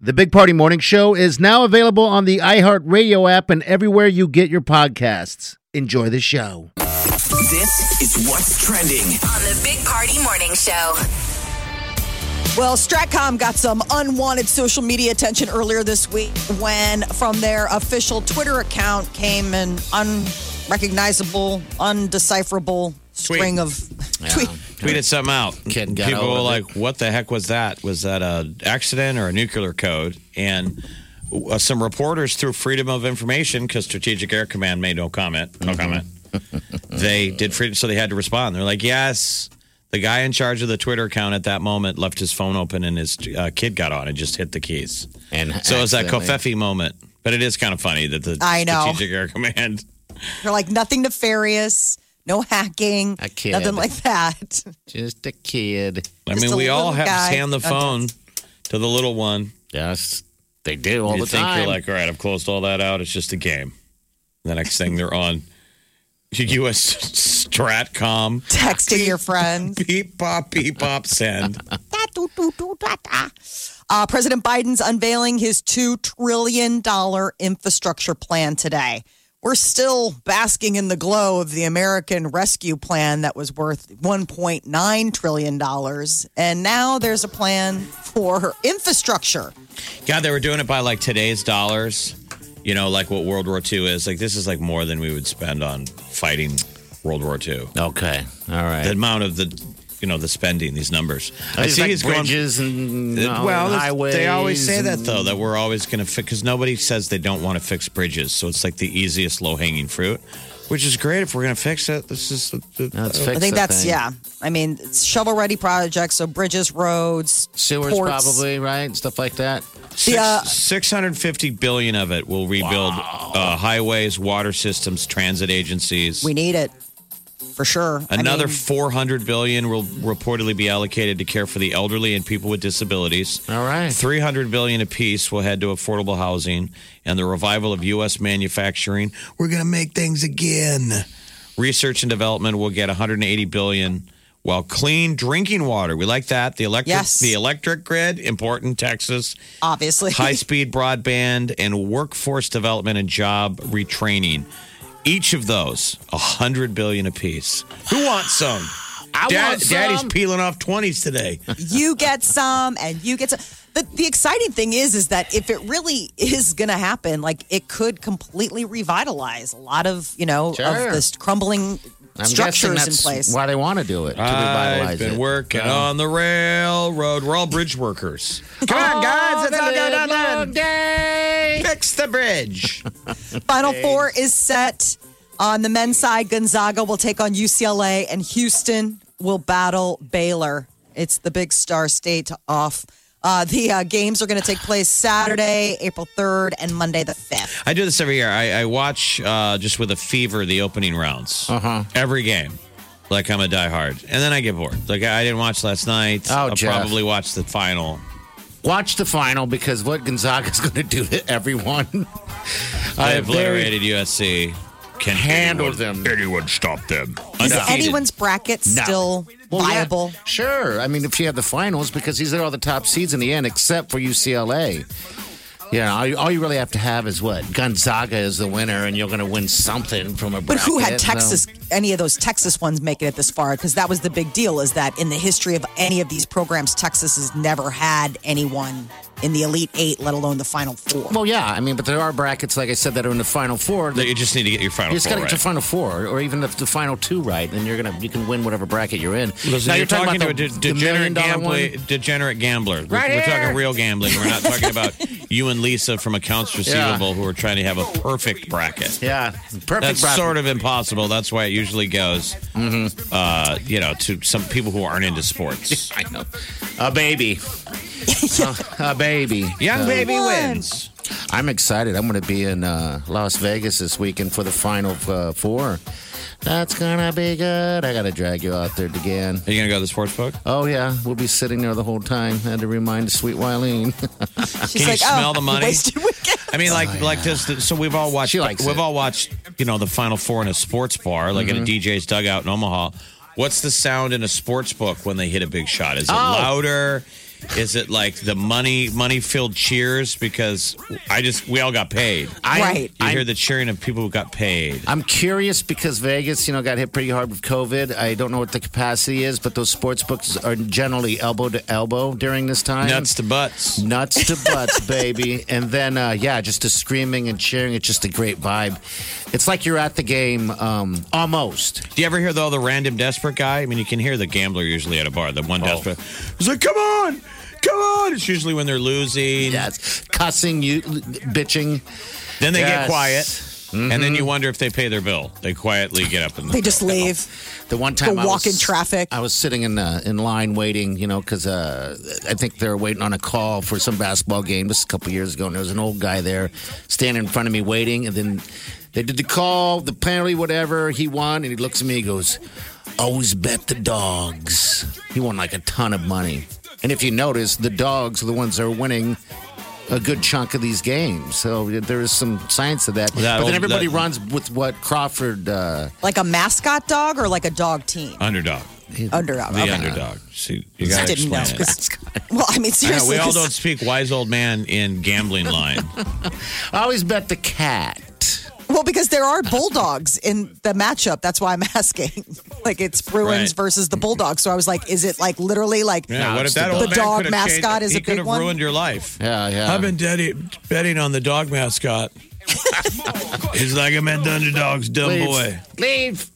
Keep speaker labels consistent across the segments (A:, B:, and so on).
A: The Big Party Morning Show is now available on the iHeartRadio app and everywhere you get your podcasts. Enjoy the show.
B: This is what's trending.
C: on the Big Party Morning Show.
D: Well, Stratcom got some unwanted social media attention earlier this week when, from their official Twitter account, came an unrecognizable, undecipherable string of tweet.
E: tweeted something out.
F: Kid got
E: People
F: out
E: were
F: with
E: like, "What the heck was that? Was that a accident or a nuclear code?" And uh, some reporters through Freedom of Information, because Strategic Air Command made no comment, no
F: Mm-hmm.
E: comment. they did freedom, so they had to respond. They're like, "Yes." The guy in charge of the Twitter account at that moment left his phone open, and his uh, kid got on and just hit the keys.
F: And
E: So it was that
F: accidentally-
E: Kofefi moment. But it is kind of funny that the
D: I know.
E: Strategic Air Command
D: They're like nothing nefarious, no hacking,
F: A kid.
D: nothing like that.
F: Just a kid.
E: I
D: Just
E: mean,
D: a
E: we all
D: little
E: have
D: guy.
E: to hand the phone to the little one.
F: Yes, they do all
E: you
F: the
E: think
F: time.
E: you're like, all right, I've closed all that out. It's just a game. The next thing they're on U.S. Stratcom.
D: Texting your friends.
E: Beep, pop, beep, pop, send.
D: Da, do, do, do, da, da. Uh, President Biden's unveiling his $2 trillion infrastructure plan today. We're still basking in the glow of the American Rescue Plan that was worth $1.9 trillion. And now there's a plan for infrastructure.
E: God, they were doing it by like today's dollars. You know, like what World War II is. Like, this is like more than we would spend on fighting World War II.
F: okay, all right.
E: The amount of the, you know, the spending, these numbers.
F: I see
E: he's going-
F: bridges and
E: It-
F: uh,
E: well,
F: highways.
E: they always say that
F: and-
E: though that we're always going to fix because nobody says they don't want to fix bridges, so it's like the easiest low hanging fruit, which is great if we're going to fix it. This is the, the-
F: No, let's
D: I
F: fix
D: think
F: that
D: that's,
F: thing.
D: yeah. I mean, shovel ready projects, so bridges, roads,
F: Sewers
D: ports.
F: probably right, stuff like that.
E: six,
D: uh,
E: 650 billion of it will rebuild uh, highways, water systems, transit agencies.
D: We need it for sure. I
E: Another
D: mean,
E: 400 billion will reportedly be allocated to care for the elderly and people with disabilities.
F: All right.
E: 300 billion apiece will head to affordable housing and the revival of US manufacturing. We're going to make things again. Research and development will get 180 billion while clean drinking water. We like that. The electric
D: Yes.
E: the electric grid important Texas
D: obviously.
E: high speed broadband, and workforce development and job retraining. Each of those, a hundred billion apiece. Who wants some?
F: I
E: Dad-
F: want some.
E: Daddy's peeling off twenties today.
D: you get some and you get some. The, the exciting thing is, is that if it really is going to happen, like it could completely revitalize a lot of, you know,
F: Sure.
D: of this crumbling
F: I'm guessing
D: structures in
F: that's
D: place.
F: why they want to do it to
E: I've
F: revitalize
E: Ah, been
F: it.
E: working on the railroad. We're all bridge workers. Come on, guys, let's all go down there.
F: Day.
E: Fix the bridge.
D: Final four is set. On the men's side, Gonzaga will take on UCLA and Houston will battle Baylor. It's the big star state off. Uh, the uh, games are going to take place Saturday, April 3rd, and Monday the 5th.
E: I do this every year. I, I watch uh, just with a fever the opening rounds. Uh-huh. Every game. Like I'm a diehard. And then I get bored. Like I didn't watch last night.
F: Oh,
E: I'll
F: Jeff.
E: probably watch the final.
F: Watch the final because what Gonzaga's going to do to everyone.
E: I
F: Uh,
E: obliterated USC. Can
F: they handle them.
E: anyone stop them?
D: Is
E: Undefeated.
D: anyone's bracket
F: No.
D: still
F: Well, yeah,
D: viable?
F: sure. I mean, if you have the finals, because these are all the top seeds in the end, except for UCLA. Yeah, all you, all you really have to have is what Gonzaga is the winner, and you're going to win something from a.
D: But who
F: bracket,
D: had
F: so-
D: Texas, any of those Texas ones making it this far? Because that was the big deal is that in the history of any of these programs, Texas has never had anyone in the Elite Eight, let alone the Final Four.
F: Well, yeah, I mean, but there are brackets, like I said, that are in the final four.
E: No,
F: That
E: you just need to get your final
F: you just got
E: four
F: to get
E: right.
F: to final four, or even if the final two right, then you're gonna you can win whatever bracket you're in.
E: Listen,
F: now
E: you're, talking,
F: about
E: to
F: the,
E: a de-
F: the million
E: degenerate,
F: dollar
E: gambler,
F: one.
E: degenerate gambler. We're-
F: Right
E: we're,
F: here.
E: talking real gambling. We're not talking about you and Lisa from accounts receivable who are trying to have a perfect bracket.
F: Yeah, perfect.
E: That's
F: bracket.
E: sort of impossible. That's why it usually goes, uh, you know, to some people who aren't into sports.
F: I know. A baby. a baby.
E: Young baby
D: won.
E: wins.
F: I'm excited. I'm going to be in uh, Las Vegas this weekend for the final uh, four. That's going to be good. I got to drag you out there again.
E: Are you going to go to the sports book?
F: Oh, yeah. We'll be sitting there the whole time. Had to remind sweet Wileen.
D: She's
E: Can you
D: like, oh,
E: smell the money?
D: Wasted weekend.
E: I mean, like, like just so we've all watched.
F: She likes
E: we've
F: it.
E: all watched, you know, the Final Four in a sports bar, like in a DJ's dugout in Omaha. What's the sound in a sports book when they hit a big shot? Is it louder? Is it like the money money filled cheers? Because I just we all got paid.
F: I,
D: Right.
E: You
F: I
E: hear the cheering of people who got paid.
F: I'm curious because Vegas, you know, got hit pretty hard with COVID. I don't know what the capacity is, but those sports books are generally elbow to elbow during this time.
E: Nuts to butts.
F: Nuts to butts, baby. And then, uh, yeah, just the screaming and cheering. It's just a great vibe. It's like you're at the game um, almost.
E: Do you ever hear though the random desperate guy? I mean, you can hear the gambler usually at a bar. The one desperate, he's like, "Come on, come on!" It's usually when they're losing.
F: Yes. Cussing, you, bitching.
E: Then they
F: Yes.
E: get quiet, and then you wonder if they pay their bill. They quietly get up and
D: Mm-hmm. They just leave.
F: The one time
D: The
F: I
D: walk
F: was-
D: in traffic.
F: I was sitting in uh, in line waiting, you know, because uh, I think they were waiting on a call for some basketball game. This is a couple years ago, and there was an old guy there standing in front of me waiting, and then they did the call, the penalty, whatever he won, and he looks at me, he goes, "Always bet the dogs." He won like a ton of money, and if you notice, the dogs are the ones that are winning. A good chunk of these games, so there is some science to that.
E: That
F: but then
E: old-
F: everybody
E: that-
F: runs with what Crawford uh,
D: Like a mascot dog or like a dog team?
E: underdog.
D: Underdog.
E: The
D: okay.
E: underdog. See, you
D: I
E: gotta
D: didn't know.
E: explain it.
D: Well, I mean,
E: I know,
D: seriously.
E: we all
D: 'cause-
E: don't speak wise old man in gambling line.
F: I always bet the cat.
D: Well, because there are bulldogs in the matchup. That's why I'm asking. Like it's Bruins
E: Right.
D: versus the Bulldogs. So I was like, is it like literally like
E: Yeah, what if
F: it's
E: that
F: the
D: dog.
E: old
D: The
E: man
D: dog
E: could've
D: mascot
E: changed-
D: is
E: he
D: a big
E: could've
D: one?
E: ruined your life.
F: Yeah, yeah.
E: I've been daddy, betting on the dog mascot. He's like, I'm at the underdog's dumb
F: Leave.
E: boy.
F: Leave.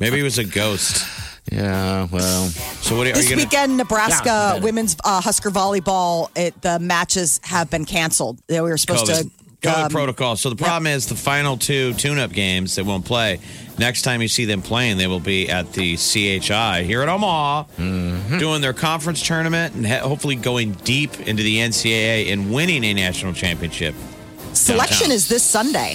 E: Maybe he was a ghost.
F: Yeah, well,
E: So what are, are
D: this
E: you gonna?
D: weekend,
F: Yeah,
D: Nebraska
F: better.
D: women's uh, Husker volleyball, it, the matches have been canceled. They were supposed
E: COVID,
D: to.
E: COVID
D: um,
E: protocol. So the problem is the final two tune-up games that won't play. Next time you see them playing, they will be at the CHI here at Omaha,
D: Mm-hmm.
E: doing their conference tournament and ha- hopefully going deep into the NCAA and winning a national championship.
D: um, selection
E: downtown.
D: is this Sunday.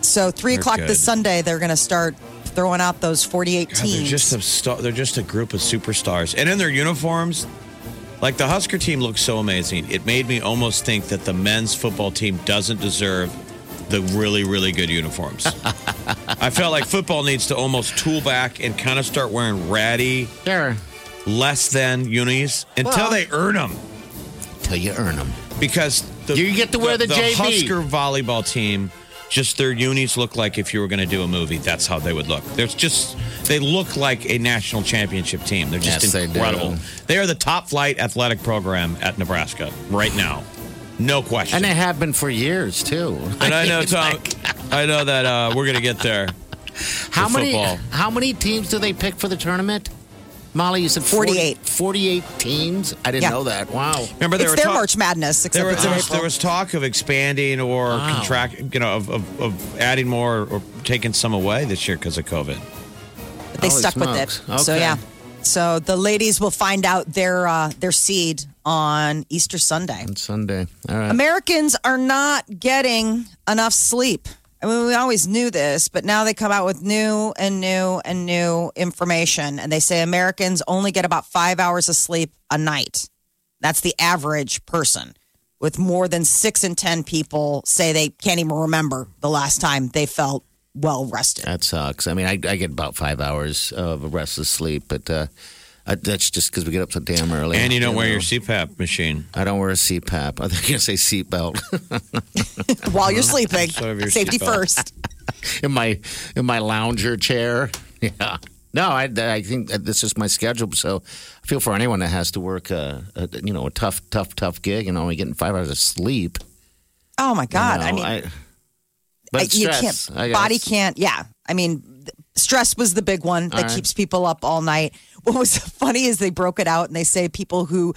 D: So three
E: They're
D: o'clock this
E: good.
D: Sunday, they're going to start throwing out those 48
E: God, they're
D: teams.
E: just a sta- they're just a group of superstars, and in their uniforms, like the Husker team looks so amazing. It made me almost think that the men's football team doesn't deserve the really really good uniforms. I felt like football needs to almost tool back and kind of start wearing ratty,
F: there.
E: less than unis until
F: Well-
E: they earn them.
F: Till you earn them.
E: Because the,
F: You get to wear the JV.
E: Husker volleyball team, just their unis look like if you were going to do a movie, that's how they would look. There's just they look like a national championship team. They're just
F: Yes, they do.
E: incredible. They, are the top flight athletic program at Nebraska right now, no question.
F: And they have been for years too.
E: And I know
F: It's
E: Tom.
F: like,
E: I know that uh, we're going to get there.
F: how
E: for
F: many
E: football.
F: how many teams do they pick for the tournament? Molly, you said
D: 48.
F: 48 teams. I didn't
D: Yeah.
F: know that. Wow.
E: Remember they
D: it's
E: were
D: their
E: talk-
D: March Madness, except
E: There, were,
D: it's in
E: there, was,
D: April.
E: there was talk of expanding or
F: Wow.
E: contract, you know, of, of, of adding more or taking some away this year because of COVID.
D: But they
F: Holy
D: stuck
F: smokes.
D: with it. So
F: Okay.
D: yeah. So the ladies will find out their uh, their seed on Easter Sunday.
F: Sunday. All right.
D: Americans are not getting enough sleep. I mean, we always knew this, but now they come out with new and new and new information, and they say Americans only get about five hours of sleep a night. That's the average person. With more than six in ten people say they can't even remember the last time they felt well rested.
F: That sucks. I mean, I, I get about five hours of restless sleep, but uh, I, that's just because we get up so damn early.
E: And you don't wear
F: know.
E: your CPAP machine.
F: I don't wear a CPAP. I was going to say seatbelt.
D: while you're sleeping.
E: Sort of your
D: Safety
E: seatbelt.
D: first.
F: in my in my lounger chair. Yeah. No, I, I think that this is my schedule. So I feel for anyone that has to work, a, a, you know, a tough, tough, tough gig and only getting five hours of sleep.
D: Oh my God.
F: you know,
D: I mean,
F: but
D: you
F: stress, I
D: can't,
F: guess.
D: body can't. Yeah. I mean, th- stress was the big one that
F: right.
D: keeps people up all night. What was funny is they broke it out and they say people who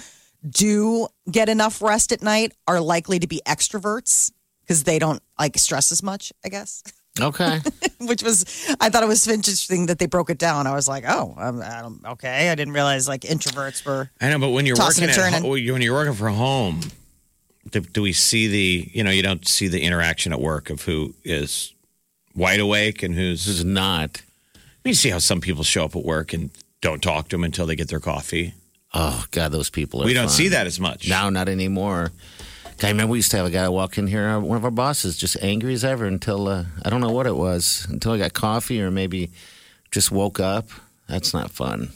D: do get enough rest at night are likely to be extroverts because they don't like stress as much, I guess.
F: Okay.
D: which was I thought it was interesting that they broke it down. I was like, oh, I'm, I don't, okay, I didn't realize like introverts were.
E: I know, but when you're
D: Tossing
E: working
D: and
E: at
D: turning.
E: ho- when you're working from home, do, do we see the you know you don't see the interaction at work of who is wide awake and who's
F: This is not.
E: I mean, you see how some people show up at work and don't talk to them until they get their coffee.
F: Oh God, those people. Are
E: we don't
F: fun.
E: see that as much.
F: now, not anymore. God, I remember we used to have a guy walk in here, uh, one of our bosses, just angry as ever until uh, I don't know what it was, until I got coffee or maybe just woke up. That's not fun.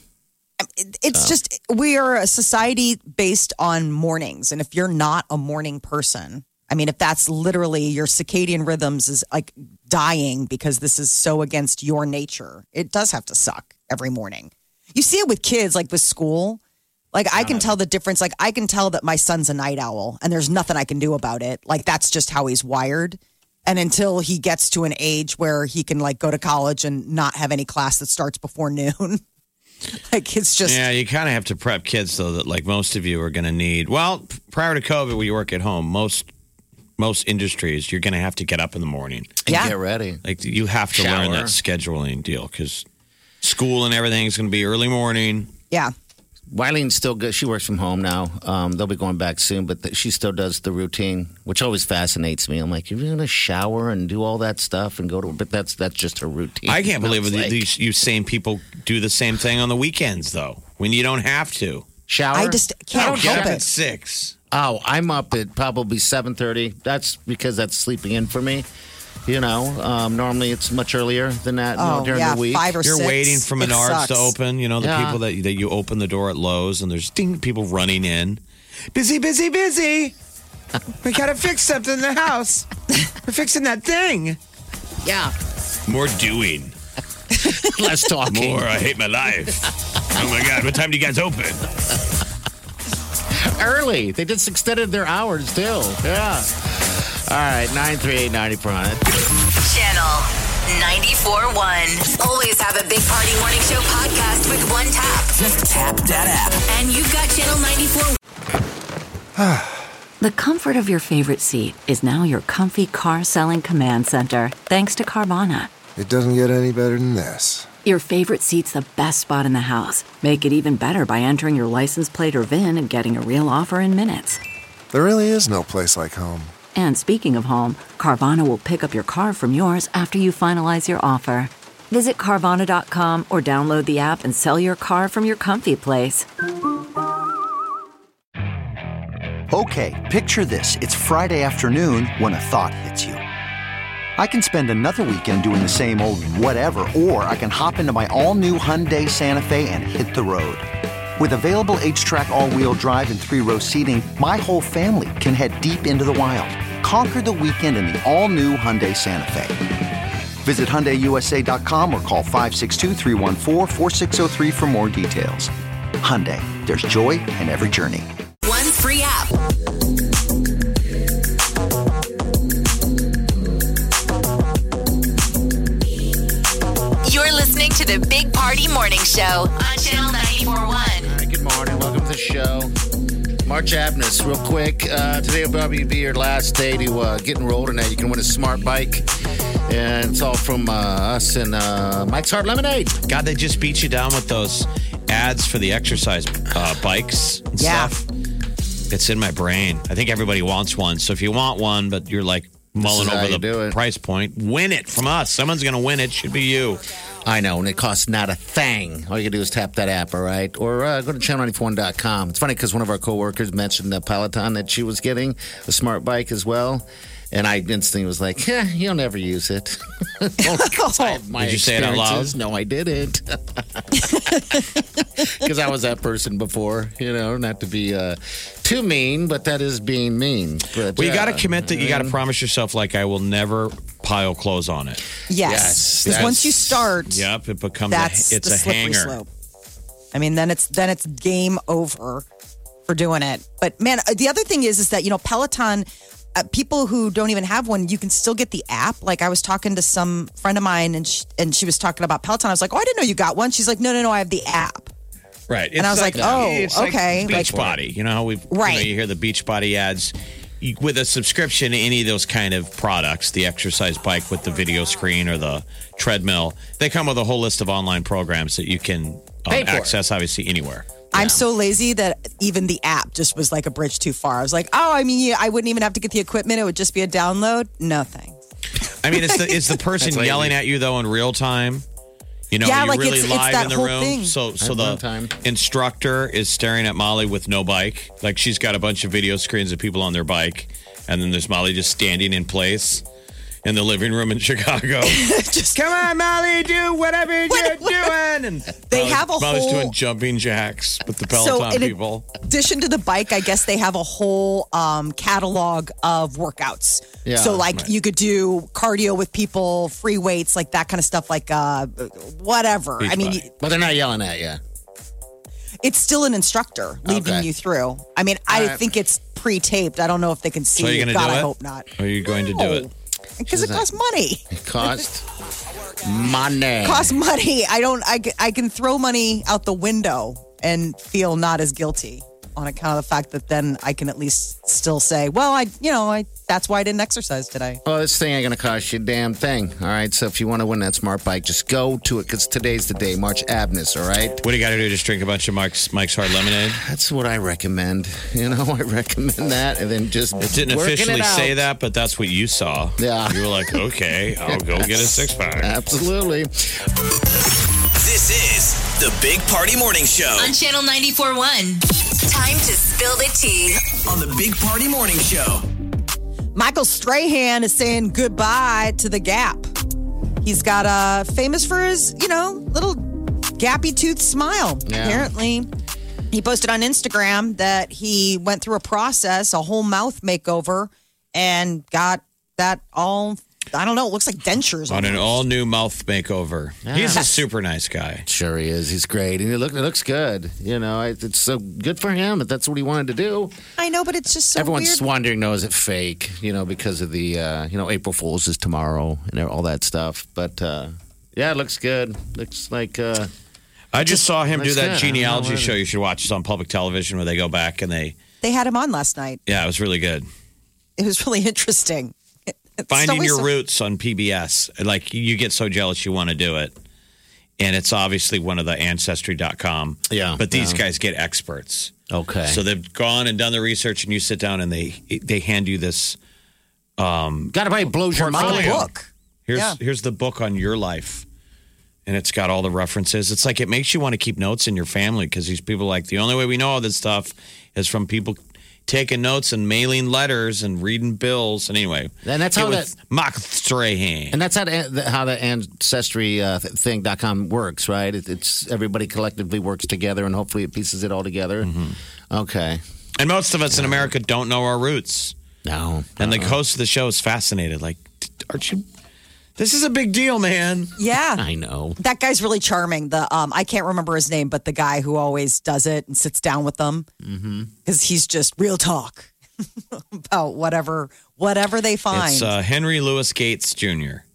D: It's just we are a society based on mornings, and if you're not a morning person, I mean, if that's literally your circadian rhythms is like dying because this is so against your nature, it does have to suck every morning. You see it with kids, like with school. Like I can tell the difference. Like I can tell that my son's a night owl, and there's nothing I can do about it. Like that's just how he's wired. And until he gets to an age where he can like go to college and not have any class that starts before noon, like it's just
E: Yeah, you kind of have to prep kids though that like most of you are going to need. Well, p- prior to COVID, when you work at home, most most industries you're going to have to get up in the morning.
F: And
D: Yeah.
F: get ready.
E: Like you have to learn
F: Shower.
E: that scheduling deal because school and everything is going to be early morning.
D: yeah.
F: Wileen's still good. She works from home now. Um, they'll be going back soon, but th- she still does the routine, which always fascinates me. I'm like, you're gonna shower and do all that stuff and go to, but that's that's just her routine.
E: I can't believe
F: It's
E: that
F: like,
E: these you same people do the same thing on the weekends though when you don't have to.
F: shower.
D: I just can't
E: Get up
D: help
E: at
D: it.
E: six.
F: Oh, I'm up at probably 7:30. That's because that's sleeping in for me. You know, um, normally it's much earlier than that you know,
D: Oh
F: during
D: yeah,
F: the week.
D: five or
E: You're
D: six.
E: waiting for
D: It
E: Menards to
D: sucks.
E: open. You know the
F: Yeah.
E: people that that you open the door at Lowe's and there's ding people running in, busy, busy, busy. we gotta fix something in the house. We're fixing that thing.
F: yeah,
E: More doing.
F: less talking.
E: More. I hate my life. Oh my god! What time do you guys open?
F: Early. They just extended their hours too. Yeah. All right, 93890 Piranha.
C: Channel 94.1. Always have a Big Party Morning Show podcast with one tap. Just tap that app. And you've got Channel 94.1.
G: The comfort of your favorite seat is now your comfy car selling command center, thanks to Carvana.
H: It doesn't get any better than this.
G: Your favorite seat's the best spot in the house. Make it even better by entering your license plate or VIN and getting a real offer in minutes.
H: There really is no place like home.
G: And speaking of home, Carvana will pick up your car from yours after you finalize your offer. Visit Carvana.com or download the app and sell your car from your comfy place.
I: Okay, picture this. It's Friday afternoon when a thought hits you. I can spend another weekend doing the same old whatever, or I can hop into my all new Hyundai Santa Fe and hit the road. With available H track, all wheel drive, and three row seating, my whole family can head deep into the wild. Conquer the weekend in the all new Hyundai Santa Fe. Visit HyundaiUSA.com or call 562-314-4603 for more details. Hyundai, there's joy in every journey.
C: One free app. You're listening to the Big Party Morning Show on Channel 94.1.
F: All right, good morning. Welcome to the show. March Abness, real quick. Uh, today will probably be your last day to uh, get enrolled in that. You can win a smart bike. And it's all from uh, us and uh, Mike's Hard Lemonade.
E: God, they just beat you down with those ads for the exercise uh, bikes and
D: Yeah.
E: stuff. It's in my brain. I think everybody wants one. So if you want one, but you're like mulling
F: is how
E: over
F: you do
E: the
F: it.
E: price point, win it from us. Someone's going to win it. Should be you.
F: I know, and it costs not a thing. All you gotta do is tap that app, all right? Or uh, go to channel941.com. It's funny because one of our coworkers mentioned the Peloton that she was getting, a smart bike as well. And I instantly was like, eh, you'll never use it. Only 'cause I
D: Oh,
F: have my
E: Did you say it out loud?
F: experiences. No, I didn't. Because I was that person before, you know, not to be uh, too mean, but that is being mean. But, uh,
E: Well, you got to
F: yeah.
E: commit that you
D: Mm-hmm.
E: got to promise yourself, like, I will never pile clothes on it.
F: Yes,
D: Yes, because
F: that's-
D: once you start,
E: Yep. It becomes a,
D: that's
E: it's
D: the
E: a
D: slippery
E: hanger.
D: slope. I mean, then it's then it's game over for doing it. But man, uh, the other thing is, is that you know Peloton. Uh, people who don't even have one, you can still get the app. Like I was talking to some friend of mine, and she, and she was talking about Peloton. I was like, "Oh, I didn't know you got one." She's like, "No, no, no, I have the app."
E: Right.
D: And I was like, oh,
E: it's
D: okay,
E: Like beach
D: like-
E: body. You know how we you know,
D: Right.
E: you hear the beach body ads. with a subscription to any of those kind of products, the exercise bike with the video screen or the treadmill, they come with a whole list of online programs that you can um,
F: Pay for.
E: access obviously anywhere.
D: I'm so lazy that even the app just was like a bridge too far. I was like, oh, I mean, yeah, I wouldn't even have to get the equipment. It would just be a download. No thanks.
E: I mean, it's the it's the person
F: lazy.
E: yelling at you though in real time. You know,
D: Yeah,
E: you're
D: like,
E: really
D: it's- it's
E: live
D: that
E: in the
D: whole
E: room.
D: thing.
E: So so
F: At
E: the
F: one time.
E: instructor is staring at Molly with no bike. Like she's got a bunch of video screens of people on their bike, and then there's Molly just standing in place in the living room in Chicago.
D: just
E: Come on, Molly, do whatever you're
D: What-
E: doing. And
D: They
E: Molly's-
D: have a
E: Molly's
D: whole-
E: doing jumping jacks with the
D: So,
E: Peloton
D: in a-
E: people.
D: addition to the bike, I guess they have a whole um, catalog of workouts.
F: Yeah,
D: so like you could do cardio with people, free weights, like that kind of stuff, like uh, whatever. I mean,
E: Beachbody.
F: But they're not yelling at you.
D: it's still an instructor leading
F: Okay.
D: you through. I mean, I
F: right.
D: think it's pre-taped. I don't know if they can see.
E: So you're
D: it.
E: gonna
D: God,
E: do
D: I
E: it?
D: hope not.
E: Are you going to do it?
D: Because it costs money.
F: It cost money.
D: costs money. I don't. I, c- I can throw money out the window and feel not as guilty on account of the fact that then I can at least still say, well, I you know I that's why I didn't exercise today.
F: Well, Oh, this thing ain't going to cost you a damn thing. All right. So if you want to win that smart bike, just go to it because today's the day, March Abness. All right.
E: What do you got to do? Just drink a bunch of Mike's, Mike's Hard Lemonade?
F: That's what I recommend. You know, I recommend that. And then just.
E: It didn't
F: working
E: officially
F: it out.
E: say that, but that's what you saw.
F: Yeah.
E: You were like, okay, I'll go get a six pack.
F: Absolutely.
B: This is the Big Party Morning Show
C: On Channel 94.1. Time to spill the tea.
B: on the Big Party Morning Show.
D: Michael Strahan is saying goodbye to the Gap. He's got uh, famous for his you know little gappy tooth smile.
F: Yeah.
D: Apparently. He posted on Instagram that he went through a process, a whole mouth makeover, and got that all. I don't know. It looks like dentures.
E: On an all new mouth makeover. He's a super nice guy.
F: Sure, he is. He's great. And he look, it looks good. You know, it- it's so good for him. If that's what he wanted to do.
D: I know, but it's just so
F: Everyone's
D: weird.
F: wondering, though, is it fake? You know, because of the, uh, you know, April Fool's is tomorrow and all that stuff. But uh, yeah, it looks good. Looks like. Uh,
E: I just saw him do
F: That's
E: that
F: good. I don't know
E: genealogy
F: whether-
E: show you should watch. It's on public television where they go back and they,
D: they had him on last night.
E: yeah, it was really good.
D: It was really interesting. It's
E: finding
D: always
E: your
D: so-
E: roots on PBS. Like you get so jealous you want to do it. And it's obviously one of the ancestry.com.
F: Yeah,
E: But these guys get experts.
F: okay.
E: So they've gone and done the research and you sit down and they they hand you this
F: Gotta probably blows your
D: on
F: mind.
D: a book.
E: here's
D: Yeah.
E: here's the book on your life. And it's got all the references. It's like it makes you want to keep notes in your family because these people are like the only way we know all this stuff is from people taking notes and mailing letters and reading bills. And anyway,
F: And that's
E: it
F: how
E: was Mark Strahan.
F: And that's how the, how the ancestry uh, thing.com works, right? It, it's everybody collectively works together and hopefully it pieces it all together.
E: Mm-hmm.
F: Okay.
E: And most of us in America don't know our roots.
F: No.
E: And the host of the show is fascinated. Like, aren't you? This is a big deal, man.
D: Yeah.
F: I know.
D: That guy's really charming. The um, I can't remember his name, but the guy who always does it and sits down with them
E: Mm-hmm.
D: because he's just real talk about whatever whatever they find.
E: It's uh, Henry Louis Gates Jr.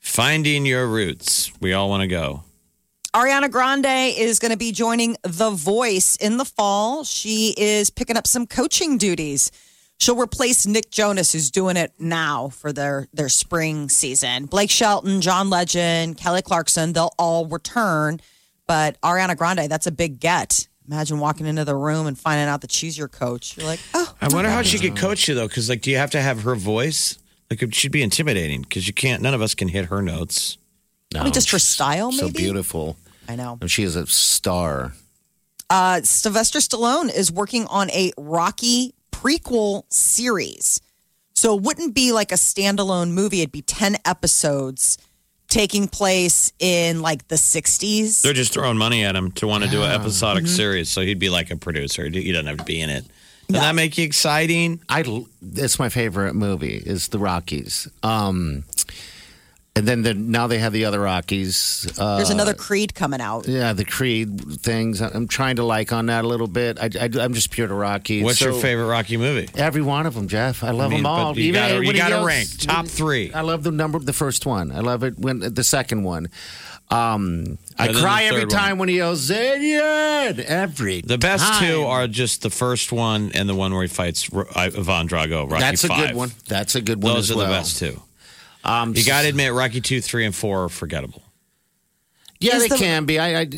E: Finding your roots. We all want to go.
D: Ariana Grande is going to be joining The Voice in the fall. She is picking up some coaching duties. She'll replace Nick Jonas, who's doing it now for their, their spring season. Blake Shelton, John Legend, Kelly Clarkson, they'll all return. But Ariana Grande, that's a big get. Imagine walking into the room and finding out that she's your coach. You're like, oh,
E: I wonder how she could coach you though, because like, do you have to have her voice? Like, she'd be intimidating because you can't. None of us can hit her notes.
F: No.
D: probably just her style,
F: So
D: maybe.
F: beautiful.
D: I know.
F: And she is a star.
D: Uh, Sylvester Stallone is working on a Rocky prequel series. So it wouldn't be like a standalone movie. It'd be 10 episodes taking place in like the 60s.
E: They're just throwing money at him to want to do an episodic series, so he'd be like a producer. He doesn't have to be in it. Does that make you exciting?
F: I l- it's my favorite movie is the Rockies. Um, and then the, now they have the other Rockies. Uh,
D: There's another Creed coming out.
F: yeah, the Creed things. I- I'm trying to like on that a little bit. I, am just pure to Rockies.
E: What's your
F: So-
E: favorite Rocky movie?
F: Every one of them, Jeff. I love
E: I mean,
F: them all.
E: but you gotta-
F: when
E: you
F: he
E: gotta
F: yells-
E: rank top three.
F: I love the number, the first one. I love it when the second one. Um, I
E: And then
F: cry
E: the
F: every
E: third
F: time when he yells Zayed. Every
E: The best
F: time.
E: two are just the first one and the one where he fights Ro- I- Ivan Drago. Rocky
F: That's a
E: five.
F: good one. That's a good one. as
E: Those are the
F: well.
E: best two.
F: Um,
E: You got to admit, Rocky two, three, and four are forgettable.
F: Yeah,
D: Is
F: they
D: the-
F: can be. I, I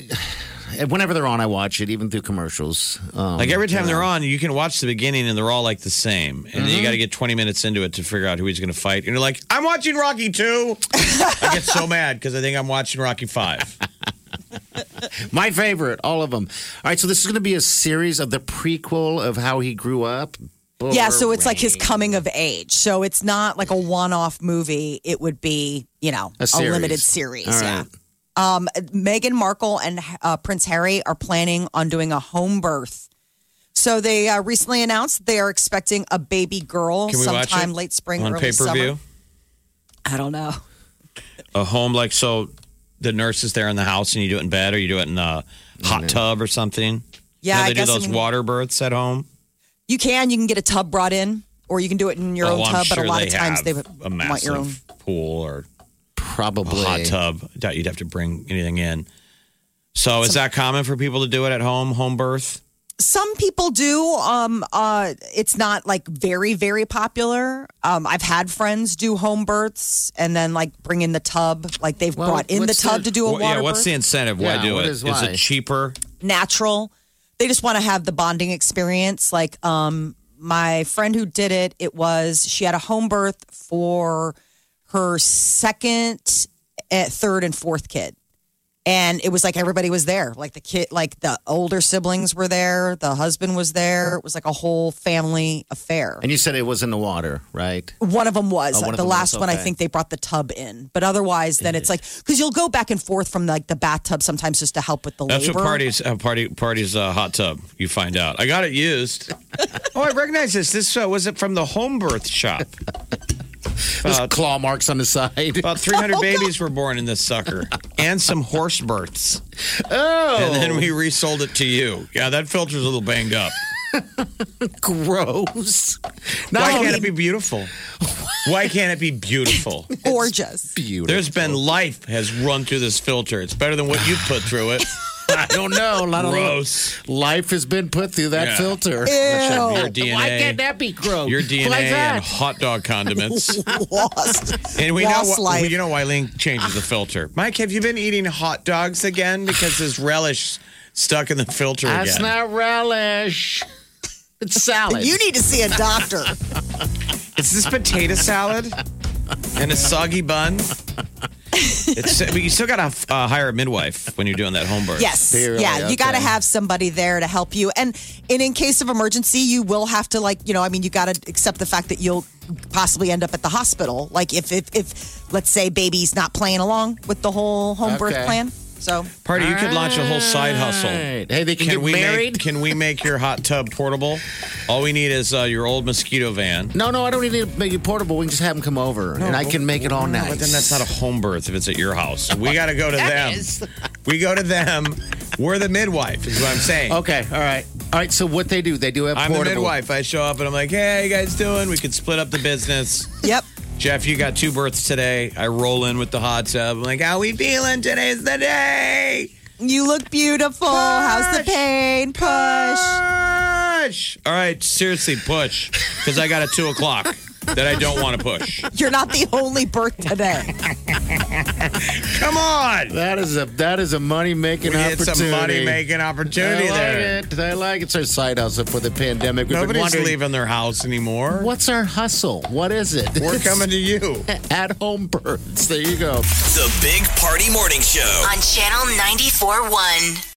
F: whenever they're on, I watch it, even through commercials. Um,
E: Like every time they're on, you can watch the beginning and they're all like the same. And
D: Mm-hmm.
E: then you got to get 20 minutes into it to figure out who he's going to fight. And you're like, I'm watching Rocky 2. I get so mad because I think I'm watching Rocky 5.
F: My favorite, all of them. All right, so this is going to be a series of the prequel of how he grew up.
D: Yeah, so it's like his coming of age. So it's not like a one off movie. It would be, you know,
F: A
D: a,
F: series.
D: limited series.
F: All
D: Yeah.
F: right.
D: Um, Meghan Markle and uh, Prince Harry are planning on doing a home birth. So they uh, recently announced they are expecting a baby girl
E: Can we watch
D: sometime
E: it?
D: late spring,
E: On
D: early
E: pay per view.
D: summer. I don't know.
E: A home, like, so the nurse is there in the house and you do it in bed or you do it in a hot tub or something.
D: Mm-hmm. Yeah,
E: You
D: I
E: know, they
D: guess
E: do those
D: in-
E: water births at home.
D: You can. You can get a tub brought in, or you can do it in your
E: Oh,
D: own
E: I'm
D: tub.
E: sure
D: but a lot
E: they
D: of times
E: have
D: they would
E: a
D: want your own.
E: massive pool or a
F: Probably
E: hot tub. I doubt you'd have to bring anything in. So is that common for people to do it at home, home birth?
D: some people do um uh it's not like very very popular um i've had friends do home births and then like bring in the tub like they've
F: Well,
D: brought in the
F: what's
D: tub
F: the-
D: to do a
E: Wh-
D: water
E: yeah, what's the
D: birth
E: incentive? Why
F: Yeah,
E: do
F: what
E: it?
F: is
E: Is
F: why?
E: it cheaper?
D: natural they just want to have the bonding experience like um my friend who did it it was she had a home birth for her second eh, third and fourth kid and it was like everybody was there like the kid like the older siblings were there the husband was there it was like a whole family affair
F: And you said it was in the water, right?
D: one of them was
F: Oh, one of
D: the
F: them was,
D: last one i
F: okay.
D: think they brought the tub in but otherwise then it's like because you'll go back and forth from like the bathtub sometimes just to help with the
E: That's
D: labor
E: what parties uh, party parties uh, hot tub. You find out. I got it used. oh, I recognize this. This uh, was it from the home birth shop.
F: There's
E: About,
F: claw marks on the side.
E: about 300 babies were born in this sucker, and some horse births.
F: Oh,
E: And then we resold it to you. Yeah, that filter's a little banged up.
F: gross. Not
E: Why can't
F: only
E: it be beautiful? Why can't it be beautiful?
D: gorgeous
F: beautiful.
E: There's been life has run through this filter. It's better than what you put through it.
F: I don't know. A lot of
E: Gross.
F: life has been put through that
E: Yeah.
F: filter.
E: Your DNA.
F: Why can't that be gross?
E: Your DNA
F: Why
E: and
F: that?
E: hot dog condiments.
D: lost.
E: And we know
D: lost
E: wh-
D: life.
E: you know why Link changes the filter. Mike, have you been eating hot dogs again? Because there's relish stuck in the filter
F: That's
E: again.
F: not relish. It's salad.
D: you need to see a doctor.
E: Is this potato salad and a soggy bun? It's, but you still got to uh, hire a midwife when you're doing that home birth.
D: yes.
F: Really?
D: yeah, you got to
F: Okay.
D: have somebody there to help you. And and in case of emergency, you will have to like, you know, I mean, you got to accept the fact that you'll possibly end up at the hospital. Like if if, if let's say baby's not playing along with the whole home
F: Okay.
D: birth plan. So
E: Party, you could launch a whole side hustle.
F: Right. Hey, they can,
E: Can
F: get
E: we
F: married.
E: make can we make your hot tub portable? All we need is uh, your old mosquito van.
F: No, no, I don't need to make it portable. We can just have them come over, and I can make it all Oh, nice.
E: But then that's not a home birth if it's at your house. We got to go to them.
F: is.
E: We go to them. We're the midwife, is what I'm saying.
F: Okay, all right, all right. So what they do? They do have
E: I'm
F: Oh, portable.
E: the midwife. I show up and I'm like, hey, you guys doing? We could split up the business.
D: yep.
E: Jeff, you got two births today. I roll in with the hot tub. I'm like, how we feeling? Today's the day.
D: You look beautiful. How's the
E: Push.
D: pain? Push.
E: Push. All right, seriously, push. Because I got a two o'clock that I don't want to push.
D: You're not the only birth today.
E: Come on.
F: That is a that is a money making
E: We
F: opportunity.
E: hit some money making opportunity
F: I like
E: there.
F: it. I like it. It's our side hustle for the pandemic. We've been
E: Nobody's
F: wondering,
E: leaving their house anymore.
F: What's our hustle? What is it?
E: We're coming to you.
F: at home birds. There you go.
B: The Big Party Morning Show.
C: on Channel 94.1.